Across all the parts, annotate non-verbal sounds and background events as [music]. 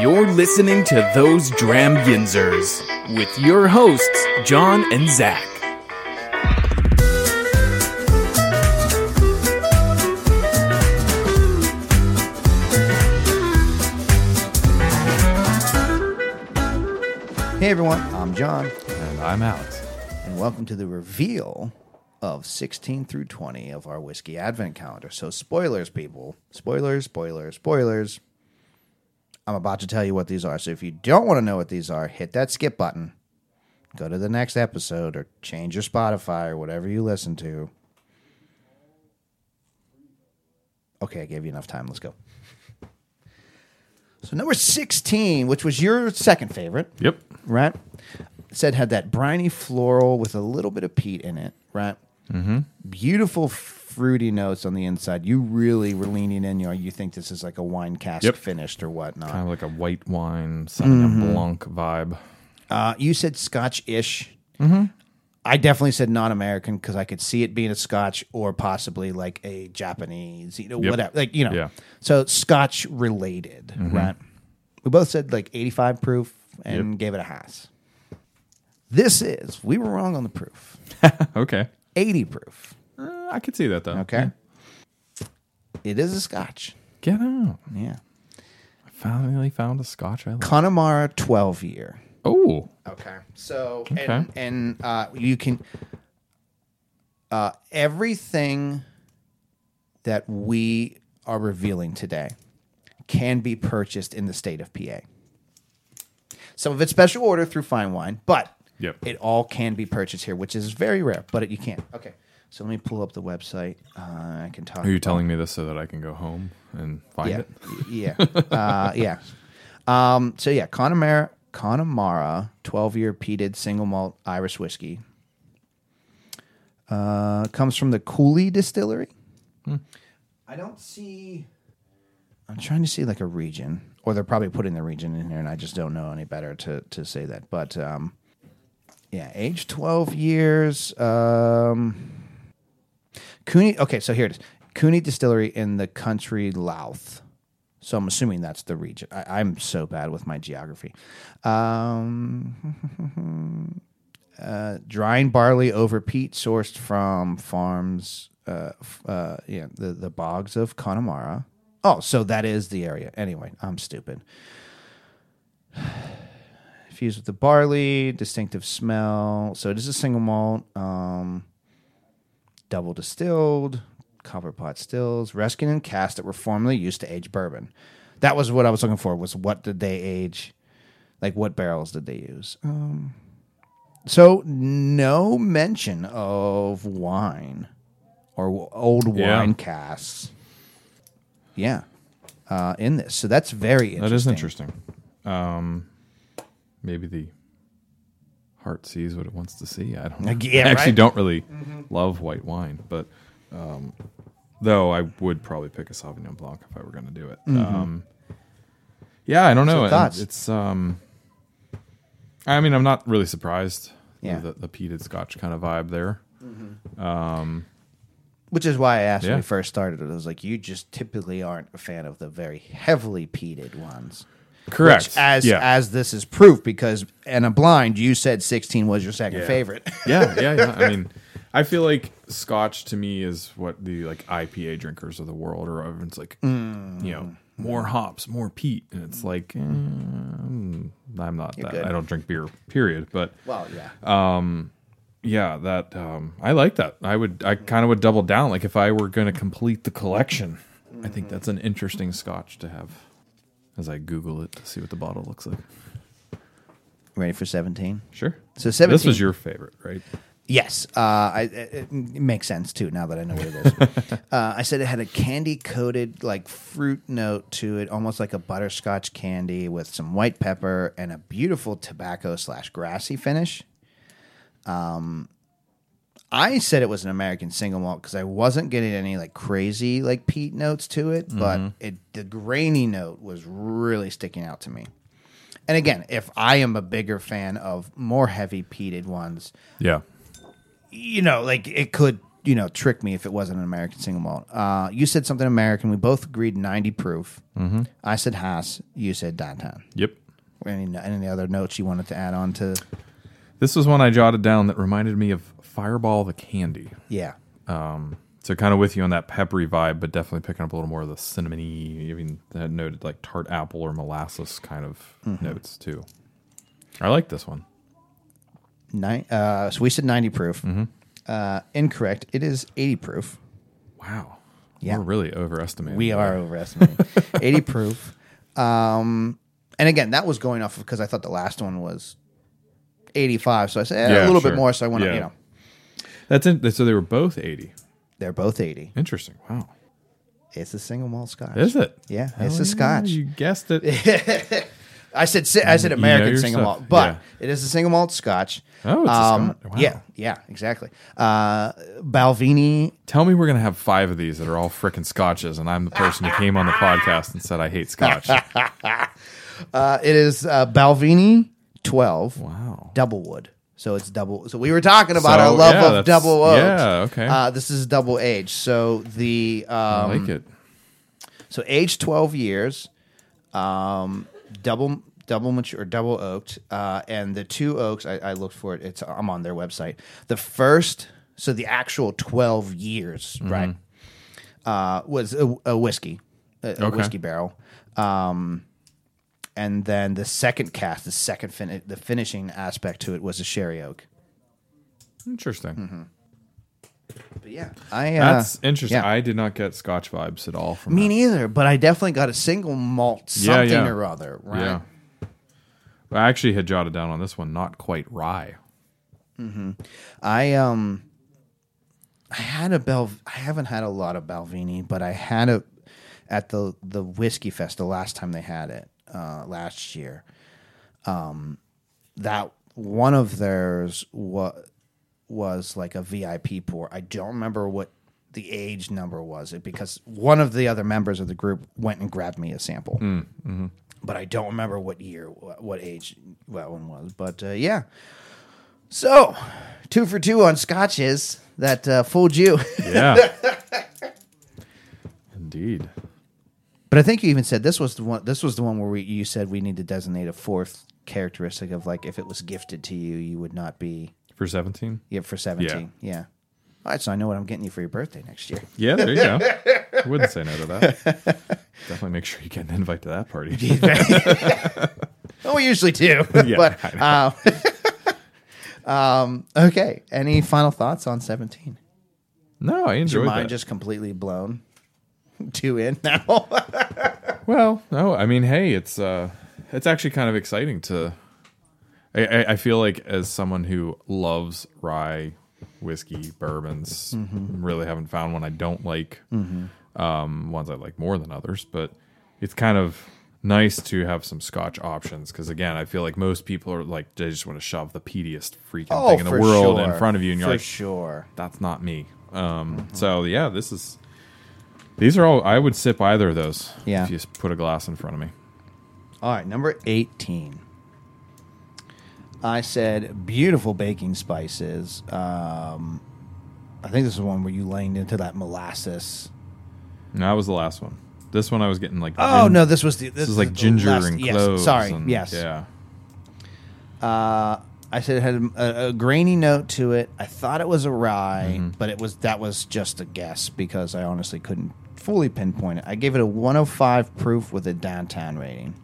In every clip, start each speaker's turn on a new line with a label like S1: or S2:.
S1: You're listening to Those Dramyinzers with your hosts, John and Zach.
S2: Hey everyone, I'm John,
S3: And I'm Alex.
S2: and welcome to the reveal of 16 through 20 of our Whiskey Advent Calendar. So, spoilers, people. Spoilers, spoilers, spoilers. I'm about to tell you what these are. So, if you don't want to know what these are, hit that skip button, go to the next episode, or change your Spotify or whatever you listen to. Okay, I gave you enough time. Let's go. So, number 16, which was your second favorite
S3: Yep.
S2: right? Said had that briny floral with a little bit of peat in it, right? Mm-hmm. Beautiful fruity notes on the inside. You really were leaning in. You know, you think this is like a wine cask
S3: Yep.
S2: finished or whatnot.
S3: Kind of like a white wine, Sauvignon Blanc vibe.
S2: Uh, you said Scotch-ish.
S3: Mm-hmm.
S2: I definitely said non-American because I could see it being a Scotch or possibly like a Japanese, you know,
S3: Yep.
S2: whatever. Like you know,
S3: Yeah. Mm-hmm.
S2: so Scotch related, right? We both said like 85 proof and gave it a house. This is we were wrong on the proof.
S3: [laughs] Okay.
S2: 80 proof.
S3: Uh, I could see that though.
S2: Okay. It is a scotch.
S3: Get out.
S2: Yeah.
S3: I finally found a scotch I like.
S2: Connemara 12 year.
S3: Oh.
S2: Okay. So,
S3: Okay.
S2: and, and uh, you can, uh, everything that we are revealing today can be purchased in the state of PA. Some of it's special order through fine wine, but
S3: Yep.
S2: it all can be purchased here, which is very rare, but it, you can. Okay. So let me pull up the website. Uh, I can talk.
S3: Are you telling me this so that I can go home and find
S2: yeah.
S3: it?
S2: Y- Yeah. uh, yeah. Um, so yeah, Connemara, Connemara, twelve year peated single malt Irish whiskey. Uh, comes from the Cooley Distillery. I don't see. I'm trying to see like a region, or they're probably putting the region in here, and I just don't know any better to to say that. But um, yeah, age twelve years. Um, Cooney. Okay, so here it is. Cooney Distillery in the country Louth. So I'm assuming that's the region. I, I'm so bad with my geography. Um, [laughs] uh, drying barley over peat sourced from farms, uh, f- uh, yeah, the, the bogs of Connemara. Oh, so that is the area. Anyway, I'm stupid. Infused with the barley, distinctive smell. So it is a single malt. Um, double distilled, copper pot stills, reskin and cast that were formerly used to age bourbon. That was what I was looking for. Was what did they age? Like what barrels did they use? Um, so no mention of wine or w- old wine
S3: Yeah.
S2: casks. Yeah, uh, in this. So that's very interesting.
S3: That is interesting. Um, maybe the heart sees what it wants to see. I don't know.
S2: Like, yeah,
S3: I actually
S2: right? Mm-hmm.
S3: don't really love white wine, but um, though I would probably pick a Sauvignon Blanc if I were going to do it. Um, yeah, I don't know.
S2: Mm-hmm. So
S3: And
S2: thoughts?
S3: It's um, I mean, I'm not really surprised.
S2: Yeah.
S3: the, the peated Scotch kind of vibe there.
S2: Which is why I asked when
S3: Yeah.
S2: we first started. It was like you just typically aren't a fan of the very heavily peated ones.
S3: Correct.
S2: Which, as
S3: yeah.
S2: as this is proof, because in a blind, you said sixteen was your second favorite.
S3: yeah, yeah, yeah. I mean, I feel like Scotch to me is what the like IPA drinkers of the world are. of. It's like you know more hops, more peat, and it's like eh, mm, I'm not that.
S2: good.
S3: I don't drink beer, period. But
S2: well, yeah,
S3: yeah, that um, I like that. I would, I kind of would double down. Like if I were going to complete the collection, I think that's an interesting Scotch to have. As I Google it to see what the bottle looks like.
S2: [laughs] ready for seventeen.
S3: Sure.
S2: So
S3: This
S2: 17
S3: was your favorite, right?
S2: Yes, uh, I, it, it makes sense too now that I know what it is. uh, I said it had a candy coated like fruit note to it, almost like a butterscotch candy with some white pepper and a beautiful tobacco slash grassy finish. Um, I said it was an American single malt because I wasn't getting any like crazy like peat notes to it, but it the grainy note was really sticking out to me. And again, if I am a bigger fan of more heavy peated ones,
S3: Yeah.
S2: you know, like it could you know trick me if it wasn't an American single malt. Uh, you said something American. We both agreed ninety proof. Mm-hmm. I said Haas. You said Downtown.
S3: Yep.
S2: Any any other notes you wanted to add on to?
S3: This was one I jotted down that reminded me of Fireball the Candy.
S2: Yeah.
S3: So kind of with you on that peppery vibe, but definitely picking up a little more of the cinnamony. I mean, that noted like tart apple or molasses kind of
S2: Mm-hmm.
S3: notes too. I like this one.
S2: Nine, uh, so we said 90 proof.
S3: Mm-hmm.
S2: Uh, incorrect. It is 80 proof.
S3: Wow.
S2: Yeah.
S3: We're really overestimating.
S2: We
S3: that.
S2: are overestimating. [laughs] 80 proof. Um, and again, that was going off because I thought the last one was 85. So I said eh,
S3: Yeah,
S2: a little
S3: sure.
S2: bit more. So I want to,
S3: Yeah.
S2: you know,
S3: That's it. So they were both 80.
S2: they're both 80.
S3: Interesting. Wow.
S2: It's a single malt scotch.
S3: Is it?
S2: Yeah,
S3: Hell
S2: it's a scotch.
S3: You guessed it. [laughs]
S2: I said si- I said
S3: You know
S2: American
S3: your
S2: single
S3: stuff.
S2: malt, but
S3: Yeah.
S2: it is a single malt Scotch. Um,
S3: Oh, it's a Scot- wow.
S2: Yeah, yeah, exactly. Uh, Balvenie.
S3: Tell me we're going to have five of these that are all frickin' scotches, and I'm the person who came on the podcast and said I hate
S2: [laughs]
S3: scotch.
S2: Uh, it is uh, Balvenie twelve.
S3: Wow.
S2: double wood. So it's double. So we were talking about
S3: So,
S2: our love
S3: yeah,
S2: of
S3: that's-
S2: double oak.
S3: yeah, okay.
S2: Uh, this is double age. So the
S3: I
S2: um,
S3: like it.
S2: so age twelve years, um, double double mature double oaked, uh, and the two oaks. I, I looked for it. It's I'm on their website. The first, so the actual twelve years,
S3: Mm-hmm.
S2: right, uh, was a, a whiskey, a, a
S3: Okay.
S2: whiskey barrel. Um, and then the second cast, the second fin- the finishing aspect to it was a sherry oak.
S3: Interesting.
S2: hmm. But yeah, I uh,
S3: That's interesting.
S2: yeah.
S3: I did not get scotch vibes at all from
S2: me
S3: that.
S2: neither, but I definitely got a single malt
S3: Yeah,
S2: something
S3: yeah.
S2: or other, right?
S3: Yeah. I actually had jotted down on this one, not quite
S2: [laughs]
S3: rye.
S2: I um, I had a Bel. I haven't had a lot of Balvenie, but I had a at the the whiskey fest the last time they had it uh, last year. Um, that one of theirs was was like a VIP pour. I don't remember what the age number was it because one of the other members of the group went and grabbed me a sample. But I don't remember what year, wh- what age that one was. But uh, yeah, so, two for two on scotches that uh, fooled you. [laughs]
S3: Yeah. Indeed.
S2: but I think you even said this was the one. This was the one where we, you said we need to designate a fourth characteristic of like if it was gifted to you, you would not be
S3: For 17?
S2: yeah for seventeen. Yeah. All right, so I know what I'm getting you for your birthday next year.
S3: Yeah, there you go. I wouldn't say no to
S2: [laughs]
S3: that. Definitely make sure you get an invite to that party.
S2: Well, we usually do,
S3: [laughs]
S2: but um, um, [laughs] okay. Any final thoughts on seventeen?
S3: No, I
S2: Your
S3: enjoyed
S2: mind
S3: that.
S2: just completely blown. [laughs] Two in [laughs] now.
S3: Well, no, I mean, hey, it's uh, it's actually kind of exciting to. I, I, I feel like as someone who loves rye, whiskey, bourbons,
S2: Mm-hmm.
S3: really haven't found one I don't like. Um, ones I like more than others, but it's kind of nice to have some Scotch options because again, I feel like most people are like they just want to shove the peatiest freaking thing in the
S2: Oh, for
S3: world in
S2: sure.
S3: front of you, and you're
S2: for
S3: like,
S2: sure.
S3: that's not me. Um, So yeah, this is. These are all. I would sip either of those.
S2: Yeah.
S3: If you just put a glass in front of me.
S2: All right, number 18. I said beautiful baking spices. Um, I think this is one where you leaned into that molasses.
S3: No, that was the last one. This one I was getting like.
S2: Oh
S3: gin-
S2: no, this was the this,
S3: This is
S2: is
S3: like
S2: the
S3: ginger
S2: last-
S3: and
S2: yes,
S3: cloves.
S2: sorry,
S3: and-
S2: yes.
S3: Yeah.
S2: Uh, I said it had a, a grainy note to it. I thought it was a rye,
S3: Mm-hmm.
S2: but it was that was just a guess because I honestly couldn't fully pinpoint it. I gave it a 105 proof with a downtown rating.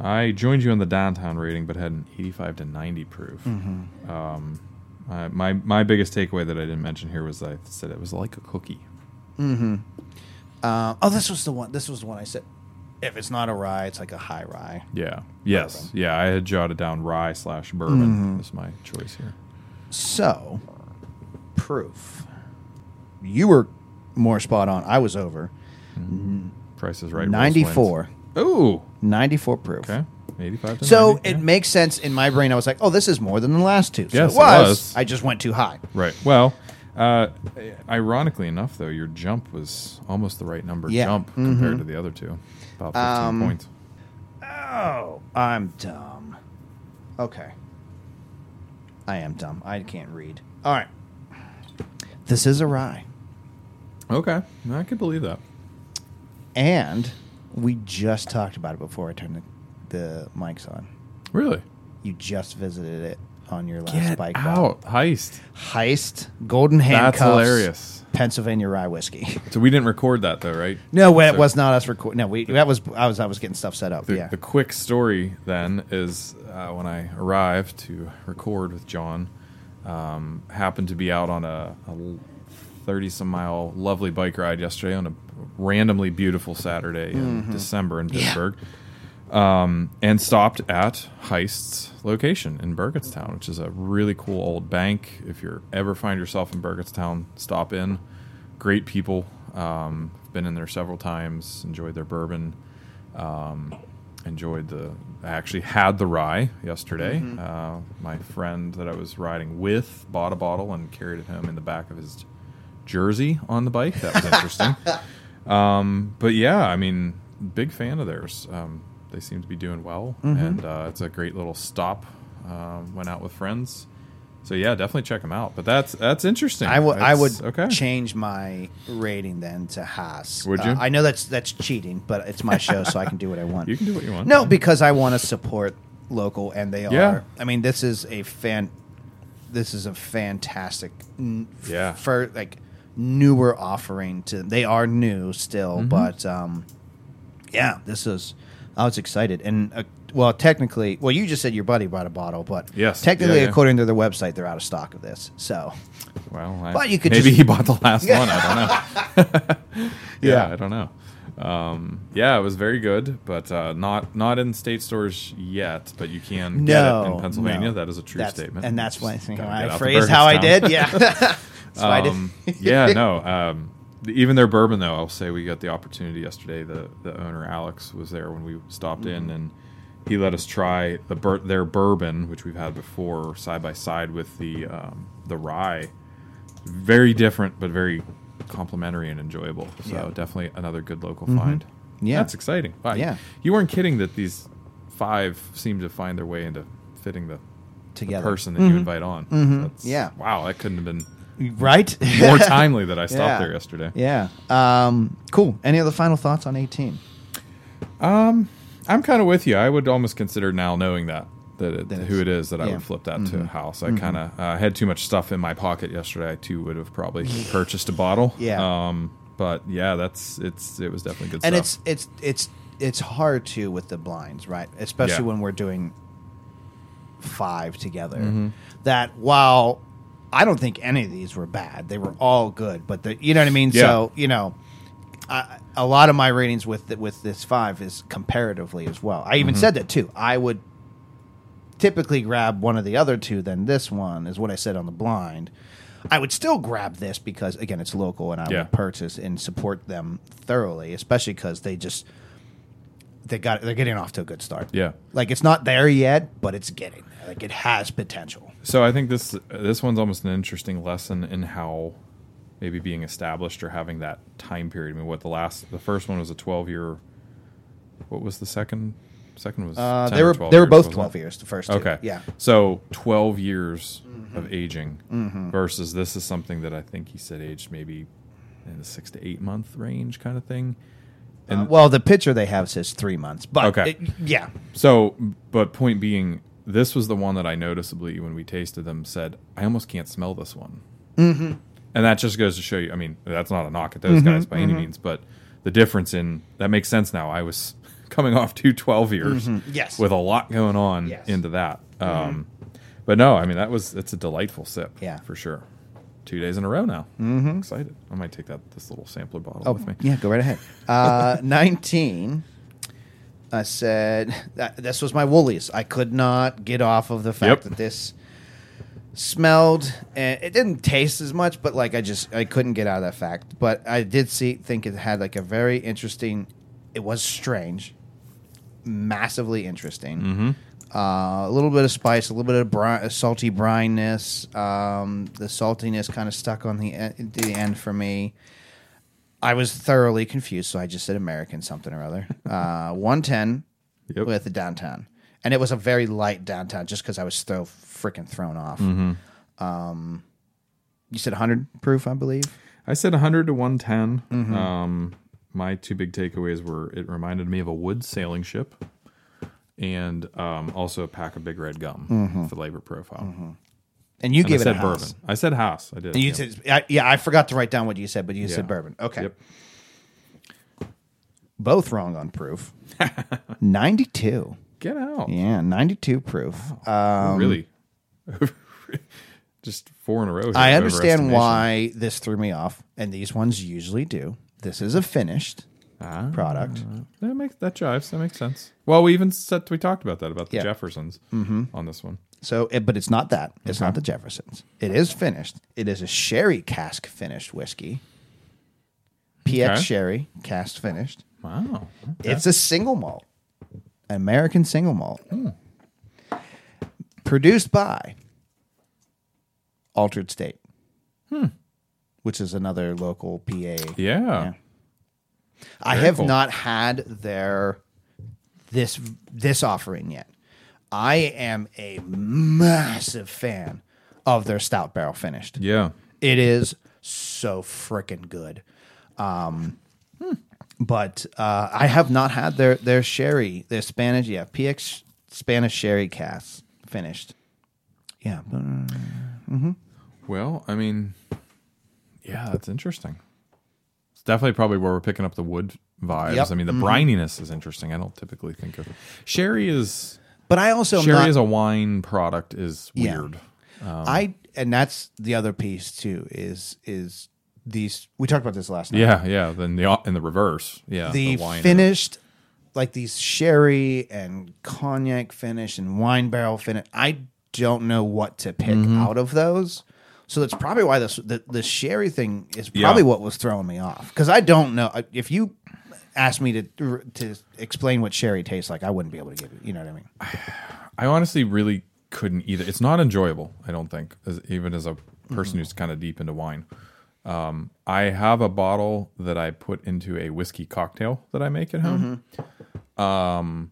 S3: I joined you on the downtown rating, but had an 85 to 90 proof. Um,
S2: Mm-hmm.
S3: I, my my biggest takeaway that I didn't mention here was I said it was like a cookie.
S2: Mm-hmm. Uh, oh, this was the one. This was the one I said. If it's not a rye, it's like a high rye.
S3: Yeah. Yes. Yeah. I had jotted down rye slash
S2: Mm-hmm.
S3: bourbon was my choice here.
S2: So, proof. You were more spot on. I was over.
S3: Price is right. Rolls wins.
S2: 94.
S3: Ooh.
S2: 94 proof.
S3: Okay. 85 to
S2: So
S3: 90,
S2: it
S3: yeah.
S2: makes sense in my brain. I was like, oh, this is more than the last two. So
S3: Yes,
S2: it was.
S3: it was.
S2: I just went too high.
S3: Right. Well, uh, ironically enough, though, your jump was almost the right number
S2: Yeah. Mm-hmm. Um,
S3: jump compared to the other two, about 15 points.
S2: Oh, I'm dumb. Okay. I am dumb. I can't read. All right. Oh, This is a rye.
S3: Okay, I could believe that.
S2: And we just talked about it before I turned the, the mics on.
S3: Really?
S2: You just visited it on your last
S3: Get
S2: bike ride.
S3: out, heist.
S2: Heist, golden handcuffs.
S3: hilarious.
S2: Pennsylvania rye whiskey. [laughs]
S3: So we didn't record that though, right?
S2: No, it
S3: So-
S2: was not us recording. No, we that was I was I was getting stuff set up.
S3: The,
S2: yeah,
S3: the quick story then is uh, when I arrived to record with John, um, happened to be out on a thirty some mile lovely bike ride yesterday on a randomly beautiful Saturday in December in Pittsburgh, um, and stopped at Heist's location in Burgettstown, which is a really cool old bank. If you ever find yourself in Burgettstown, stop in. Great people. Um, been in there several times. Enjoyed their bourbon um, enjoyed the I actually had the rye yesterday. Uh, my friend that I was riding with bought a bottle and carried it home in the back of his jersey on the bike. That was
S2: [laughs]
S3: interesting. um, but yeah, I mean, big fan of theirs. Um, they seem to be doing well,
S2: Mm-hmm.
S3: and uh, it's a great little stop. Um, went out with friends. So yeah, definitely check them out. But that's that's interesting.
S2: I would I
S3: That's-
S2: would change my rating then to Haas.
S3: Would
S2: Uh,
S3: you?
S2: I know that's that's cheating, but it's [laughs] my show, so I can do what I want.
S3: You can do what you want.
S2: No, because I want to support local, and they
S3: Yeah.
S2: are. I mean, this is a fan. This is a fantastic, n-
S3: Yeah.
S2: for like newer offering to. They are new still,
S3: Mm-hmm.
S2: but um, yeah, this is. I was excited, and uh, well, technically, well, you just said your buddy brought a bottle, but
S3: Yes.
S2: technically,
S3: Yeah, yeah.
S2: according to their website, they're out of stock of this. So
S3: Well, I,
S2: But you could
S3: maybe
S2: just-
S3: he bought the last one. I
S2: [laughs]
S3: don't know. [laughs] yeah,
S2: Yeah.
S3: I don't know. Um, yeah, it was very good, but uh, not not in state stores yet. But you can
S2: no,
S3: get it in Pennsylvania.
S2: no.
S3: That is a true
S2: That's-
S3: statement,
S2: and that's
S3: Just
S2: why I, think
S3: gotta
S2: I
S3: get out to
S2: phrased how I
S3: Burgettstown.
S2: did. Yeah, [laughs] that's why I [laughs] did.
S3: Um, yeah, no. Um, th- even their bourbon, though, I'll say we got the opportunity yesterday. The the owner Alex was there when we stopped
S2: Mm-hmm.
S3: in, and he let us try the bur- their bourbon, which we've had before, side by side with the um, the rye. Very different, but very complimentary and enjoyable. So
S2: Yeah. Mm-hmm.
S3: definitely another good local find.
S2: Yeah.
S3: that's exciting. Wow,
S2: Yeah.
S3: you weren't kidding that these five seem to find their way into fitting the
S2: Together, Mm-hmm.
S3: person that you invite on. That's-
S2: Yeah.
S3: wow, that couldn't have been
S2: right? [laughs]
S3: more timely that I stopped
S2: Yeah.
S3: there yesterday.
S2: Yeah. Um, cool. Any other final thoughts on 18?
S3: I'm kind of with you. I would almost consider now knowing that that it,
S2: That
S3: who
S2: it's-
S3: it is that I
S2: yeah. Mm-hmm.
S3: would flip that to a house. I kind of uh, had too much stuff in my pocket yesterday. I too would have probably purchased a bottle.
S2: Yeah.
S3: Um, but yeah, that's it's it was definitely good
S2: And
S3: stuff.
S2: it's it's it's it's hard too with the blinds, right? Especially
S3: Yeah.
S2: when we're doing five together. That while I don't think any of these were bad, they were all good. But the, you know what I mean.
S3: Yeah.
S2: So you know, I, a lot of my ratings with the, with this five is comparatively as well. I
S3: Mm-hmm.
S2: even said that too. I would typically grab one of the other two than this one is what I said on the blind. I would still grab this because again it's local and I
S3: Yeah.
S2: would purchase and support them thoroughly, especially because they just they got they're getting off to a good start.
S3: yeah.
S2: like it's not there yet, but it's getting there. Like it has potential.
S3: So I think this this one's almost an interesting lesson in how maybe being established or having that time period. I mean, what the last the first one was a 12 year. What was the second? Second was
S2: Uh,
S3: 10
S2: they
S3: or
S2: were
S3: 12
S2: they were
S3: years,
S2: both
S3: wasn't it?
S2: twelve years. The first two.
S3: Okay.
S2: yeah,
S3: So 12 years of aging versus this is something that I think he said aged maybe in the six to eight month range kind of thing.
S2: Uh, well, the picture they have says three months, but
S3: Okay.
S2: it- yeah,
S3: So, but point being, this was the one that I noticeably, when we tasted them, said, I almost can't smell this one. Mm-hmm. And that just goes to show you, I mean, that's not a knock at those guys by any means, but the difference in that makes sense now. I was [laughs] coming off two 12 years
S2: Yes.
S3: with a lot going on
S2: Yes. Mm-hmm.
S3: into that. Um, But no, I mean, that was, it's a delightful sip.
S2: Yeah.
S3: For sure. Two days in a row now. Mm-hmm. Excited. I might take that, this little sampler bottle
S2: Oh.
S3: with me.
S2: Yeah, go right ahead.
S3: [laughs]
S2: Uh, 19. I said, that, this was my Woolies. I could not get off of the fact
S3: Yep.
S2: that this smelled and it didn't taste as much but like i just i couldn't get out of that fact but i did see think it had like a very interesting it was strange massively interesting uh, a little bit of spice a little bit of bri- uh, salty brininess um, the saltiness kind of stuck on the, e- the end for me i was thoroughly confused so i just said american something or other [laughs] uh, 110
S3: Yep.
S2: with the downtown and it was a
S3: Mm-hmm.
S2: very light downtown just because i was so freaking thrown off Um, You said 100 proof, I believe.
S3: I said 100 to 110.
S2: Mm-hmm.
S3: Um, my two big takeaways were it reminded me of a wood sailing ship and um, also a pack of big red gum for labor profile.
S2: And you
S3: And I
S2: gave Mm-hmm. it
S3: said
S2: a
S3: bourbon.
S2: house.
S3: I said house. I did.
S2: And you
S3: yeah.
S2: said, I, yeah, I forgot to write down what you said, but you said
S3: Yeah.
S2: bourbon. Okay.
S3: Yep.
S2: Both wrong
S3: [laughs]
S2: on proof. 92.
S3: Get out.
S2: Yeah, 92 proof.
S3: really? [laughs] Just four in a row. here
S2: Um, I
S3: of
S2: understand
S3: overestimation.
S2: why this threw me off, and these ones usually do. This is a finished
S3: Ah.
S2: product.
S3: That makes that jives. That makes sense. Well, we even said we talked about that about the
S2: Yeah.
S3: Jeffersons on this one.
S2: So, it, but it's not that. It's not the Jeffersons. It is finished. It is a sherry cask finished whiskey. PX
S3: Okay.
S2: sherry cast finished.
S3: Wow.
S2: It's a single malt, American single malt, produced by Altered State, which is another local PA.
S3: Hmm. Yeah.
S2: I have
S3: cool.
S2: not had their this this offering yet. I am a massive fan of their stout barrel finished.
S3: Yeah.
S2: It is so freaking good. Um, But uh, I have not had their their sherry, their Spanish, yeah, PX Spanish sherry cast finished. Yeah,
S3: Well, I mean, yeah, that's interesting. It's definitely probably where we're picking up the wood vibes.
S2: Yep.
S3: I mean, the brininess is interesting. I don't typically think of sherry is
S2: but I also am
S3: sherry
S2: not,
S3: as a wine product is
S2: Yeah.
S3: weird.
S2: I and that's the other piece too is is these we talked about this last night.
S3: Yeah, yeah. Then the in the reverse, yeah,
S2: the,
S3: wine
S2: finished like these sherry and cognac finish and wine barrel finish i don't know what to pick
S3: Mm-hmm.
S2: out of those so that's probably why this the, the sherry thing is
S3: Yeah.
S2: probably what was throwing me off because i don't know I- if you asked me to to explain what sherry tastes like i wouldn't be able to give you you know what i mean
S3: I honestly really couldn't either. It's not enjoyable. I don't think, as, even as a
S2: Mm-hmm.
S3: person who's kind of deep into wine. Um, I have a bottle that I put into a whiskey cocktail that I make at home. Um,
S2: Mm-hmm.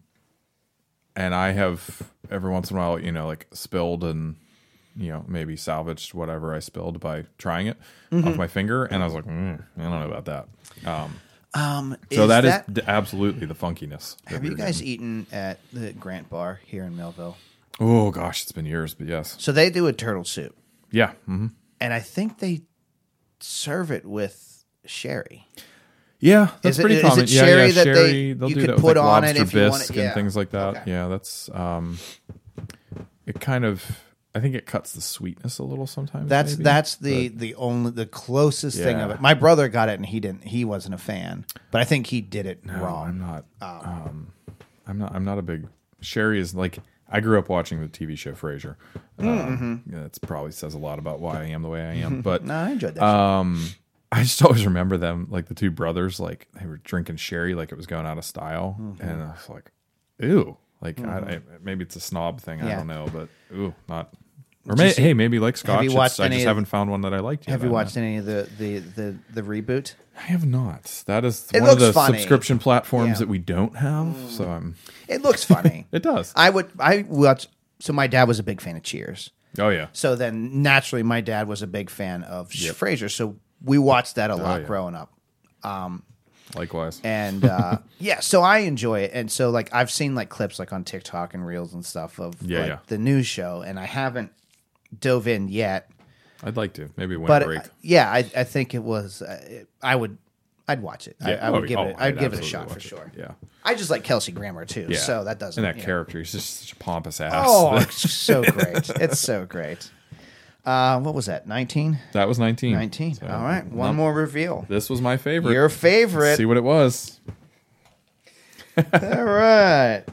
S3: and I have every once in a while, you know, like spilled and you know maybe salvaged whatever I spilled by trying it
S2: Mm-hmm.
S3: off my finger, and I was like, mm, I don't know about that.
S2: um
S3: So
S2: is
S3: that is,
S2: that-
S3: d- absolutely the funkiness. that
S2: have
S3: we
S2: you
S3: were
S2: guys
S3: getting.
S2: eaten at the grant bar here in melville
S3: Oh gosh, it's been years, but yes,
S2: so they do a turtle soup
S3: yeah. hmm
S2: and i think they serve it with sherry
S3: Yeah, that's
S2: Is it-
S3: pretty
S2: is it
S3: common. yeah,
S2: sherry
S3: yeah,
S2: that they-
S3: sherry, they'll
S2: you
S3: do
S2: could
S3: that with,
S2: put
S3: like,
S2: on it
S3: lobster
S2: if you want
S3: bisque
S2: it?
S3: and
S2: Yeah.
S3: things like that.
S2: Okay.
S3: Yeah, that's um, it kind of. I think it cuts the sweetness a little sometimes.
S2: That's
S3: maybe.
S2: that's the the only the closest thing of
S3: Yeah.
S2: it. My brother got it and he didn't. He wasn't a fan, but I think he did it
S3: No, I'm
S2: wrong. Oh.
S3: not. Um, I'm not. I'm not a big sherry. Is like I grew up watching the TV show Frasier.
S2: Hmm,
S3: Um, yeah, that's probably says a lot about why I am the way I am. But
S2: mm-hmm. [laughs] No, I enjoyed that.
S3: I just [laughs] always remember them, like the two brothers, like they were drinking sherry, like it was going out of style,
S2: Mm-hmm.
S3: and I was like, "Ew!" Like I, I, maybe it's a snob thing, I
S2: Yeah.
S3: don't know, but ooh, not. Or may, hey, maybe like Scotch.
S2: you
S3: it's-
S2: watched
S3: I
S2: any
S3: just
S2: of-
S3: haven't found one that I liked yet.
S2: Have you
S3: I
S2: watched any of the the the the reboot?
S3: don't know. I have not. That is
S2: It
S3: one of
S2: looks
S3: the
S2: funny.
S3: subscription platforms
S2: Yeah.
S3: that we don't have. So I'm.
S2: It
S3: [laughs]
S2: looks funny.
S3: It does.
S2: I would I watch. So my dad was a big fan of Cheers.
S3: oh yeah.
S2: So then naturally, my dad was a big fan of Frasier. So we watched that a lot
S3: Oh, yeah.
S2: growing up.
S3: Likewise. [laughs]
S2: and uh, yeah, so I enjoy it. And so like I've seen like clips like on TikTok and reels and stuff of
S3: Yeah,
S2: like,
S3: yeah.
S2: the news show, and I haven't dove in yet.
S3: I'd like to maybe win
S2: But
S3: a break.
S2: uh, yeah, I, I think it was. Uh, it- I would, I'd watch it. I,
S3: Yeah.
S2: I would
S3: Oh,
S2: give
S3: oh,
S2: it. I'd, give it a
S3: absolutely
S2: shot for
S3: watch it.
S2: sure.
S3: Yeah.
S2: I just like Kelsey Grammer too,
S3: Yeah.
S2: so that doesn't.
S3: And that
S2: you know.
S3: character, he's just such a pompous ass. [laughs]
S2: Oh, it's so great! It's so great. Uh, what was that? Nineteen.
S3: that was 19.
S2: 19.
S3: So,
S2: All right, one more reveal.
S3: This was my favorite.
S2: Your favorite.
S3: See what it was.
S2: All right.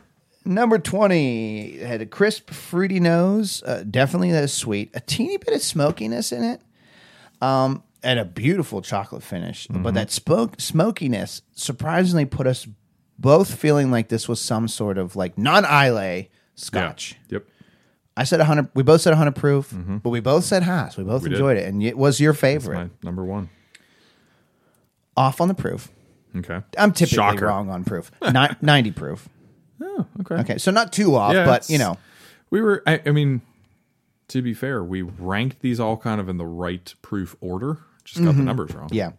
S2: Number 20 had a crisp, fruity nose. Uh, definitely that is sweet. A teeny bit of smokiness in it. Um, and a beautiful chocolate finish.
S3: Mm-hmm.
S2: But that spoke smokiness surprisingly put us both feeling like this was some sort of like non Islay scotch.
S3: Yep.
S2: I said 100. We both said 100 proof, but we both said Haas. We both
S3: Mm-hmm. We did.
S2: enjoyed it. And it was your favorite.
S3: My number one.
S2: Off on the proof.
S3: Okay.
S2: I'm typically
S3: Shocker.
S2: wrong
S3: [laughs]
S2: on proof. Ni- 90 proof.
S3: Oh, okay.
S2: Okay. So not too off,
S3: Yeah,
S2: but you
S3: it's-
S2: know.
S3: We were. I, I mean, to be fair, we ranked these all kind of in the right proof order. Just got the numbers wrong.
S2: Mm-hmm. Yeah,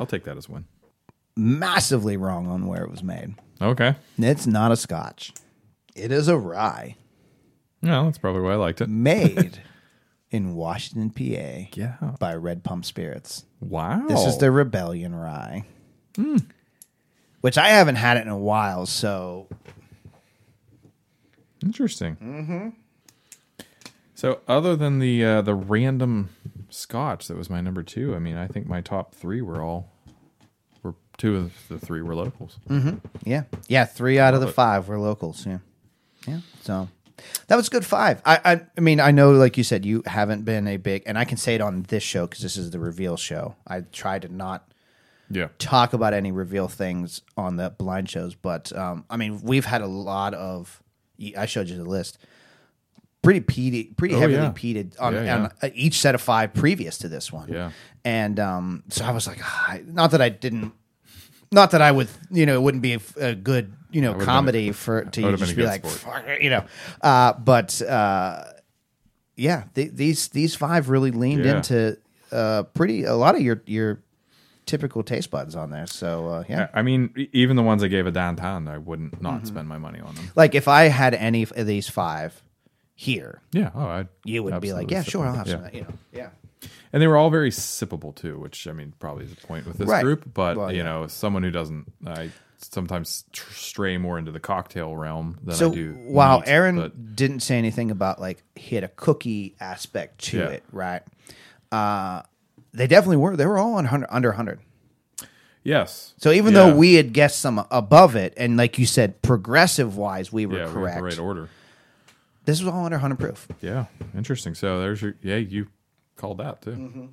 S3: I'll take that as one.
S2: massively wrong on where it was made.
S3: Okay.
S2: It's not a Scotch. It is a rye
S3: No, that's probably why I liked it. [laughs]
S2: made in Washington, PA,
S3: Yeah.
S2: by Red Pump Spirits.
S3: Wow.
S2: This is the Rebellion Rye,
S3: Hmm.
S2: which I haven't had it in a while. So
S3: interesting. Mm-hmm. So, other than the uh, the random Scotch that was my number two, I mean, I think my top three were all were two of the three were locals.
S2: Mm. yeah, yeah, three out of the
S3: Love it.
S2: five were locals. Yeah, yeah. So that was a good five. I, I, I mean, I know, like you said, you haven't been a big, and I can say it on this show because this is the reveal show. I try to not
S3: Yeah.
S2: talk about any reveal things on the blind shows, but um, I mean, we've had a lot of. I showed you the list. Pretty peated, pretty
S3: Oh,
S2: heavily
S3: yeah.
S2: peated on,
S3: Yeah, yeah.
S2: on uh, each set of five previous to this one.
S3: Yeah.
S2: and um, so I was like, "Ah," I- not that I didn't, not that I would, you know, it wouldn't be a, f- a good, you know,
S3: would've been
S2: comedy for to you
S3: would've been
S2: just
S3: a
S2: be
S3: good
S2: like,
S3: sport.
S2: "Fuck it," you know, uh, but uh, yeah, th- these these five really leaned
S3: Yeah.
S2: into uh, pretty a lot of your your typical taste buds on there. So uh, yeah.
S3: I- I mean, e- even the ones I gave a downtown, I wouldn't not
S2: Mm-hmm.
S3: spend my money on them.
S2: like if I had any of these five here,
S3: Yeah. Oh, I
S2: you would be like, yeah, sure, I'll have some. of that," You know, yeah.
S3: And they were all very sippable too, which I mean, probably is a point with this
S2: Right.
S3: group. But
S2: Well,
S3: you
S2: yeah.
S3: know, someone who doesn't, I sometimes tr- stray more into the cocktail realm than
S2: So
S3: I do.
S2: while
S3: meat,
S2: Aaron
S3: but
S2: didn't say anything about like he had a cookie aspect to
S3: Yeah.
S2: it, right? Uh, they definitely were. They were all on 100, under hundred.
S3: yes,
S2: So even
S3: Yeah.
S2: though we had guessed some above it, and like you said, progressive wise, we were
S3: yeah, we had
S2: correct.
S3: the right order.
S2: this was all under hundred proof.
S3: Yeah, interesting. So there's your yeah, you called that too.
S2: Mm-hmm.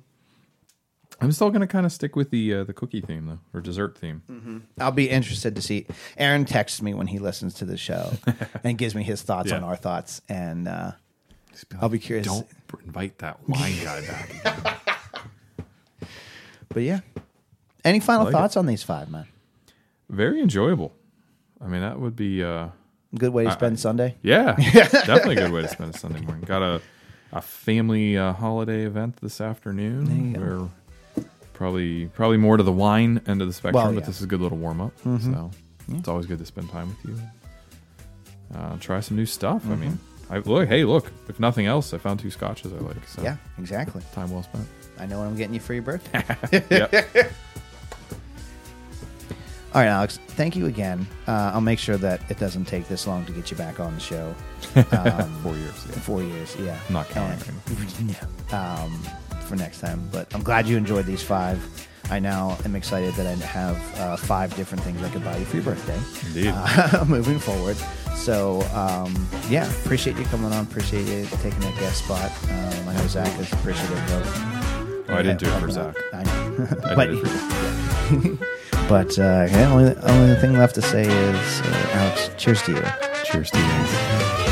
S3: I'm still gonna kind of stick with the uh, the cookie theme though, or dessert theme.
S2: I'll be interested to see. Aaron texts me when he listens to the
S3: [laughs]
S2: show and gives me his thoughts
S3: Yeah.
S2: on our thoughts, and uh, I'll be curious.
S3: Don't invite that wine guy back. [laughs] again.
S2: But yeah, any final
S3: like
S2: thoughts on these five, man?
S3: Very enjoyable. I mean, that would be. uh
S2: Good way to spend Sunday. [laughs]
S3: Yeah, definitely a good way to spend a Sunday morning. Got a a family uh, holiday event this afternoon. We're probably probably more to the wine end of the spectrum,
S2: Well,
S3: but
S2: yeah. Mm-hmm.
S3: this is a good little warm up. So it's always good to spend time with you. Uh, try some new stuff. I mean,
S2: Mm-hmm.
S3: I look. Hey, look. If nothing else, I found two scotches I like. So
S2: Yeah, exactly.
S3: time well spent.
S2: I know what I'm getting you for your birthday.
S3: [laughs] Yep.
S2: [laughs] All right, Alex. Thank you again. Uh, I'll make sure that it doesn't take this long to get you back on the show.
S3: Four years. Yeah.
S2: Four years, yeah.
S3: Not counting.
S2: And- [laughs] No. Um, for next time. But I'm glad you enjoyed these five. I now am excited that I have uh, five different things I could buy you for your birthday. [laughs]
S3: Indeed.
S2: Uh, moving forward. So, um, yeah, appreciate you coming on. Appreciate you taking that guest spot. Um, I know Zach is appreciative of
S3: Oh, I didn't do it for Zach.
S2: I know. [laughs]
S3: I
S2: but
S3: did it for
S2: but uh, yeah, only, only thing left to say is, uh, Alex, cheers to you.
S3: Cheers, Steve.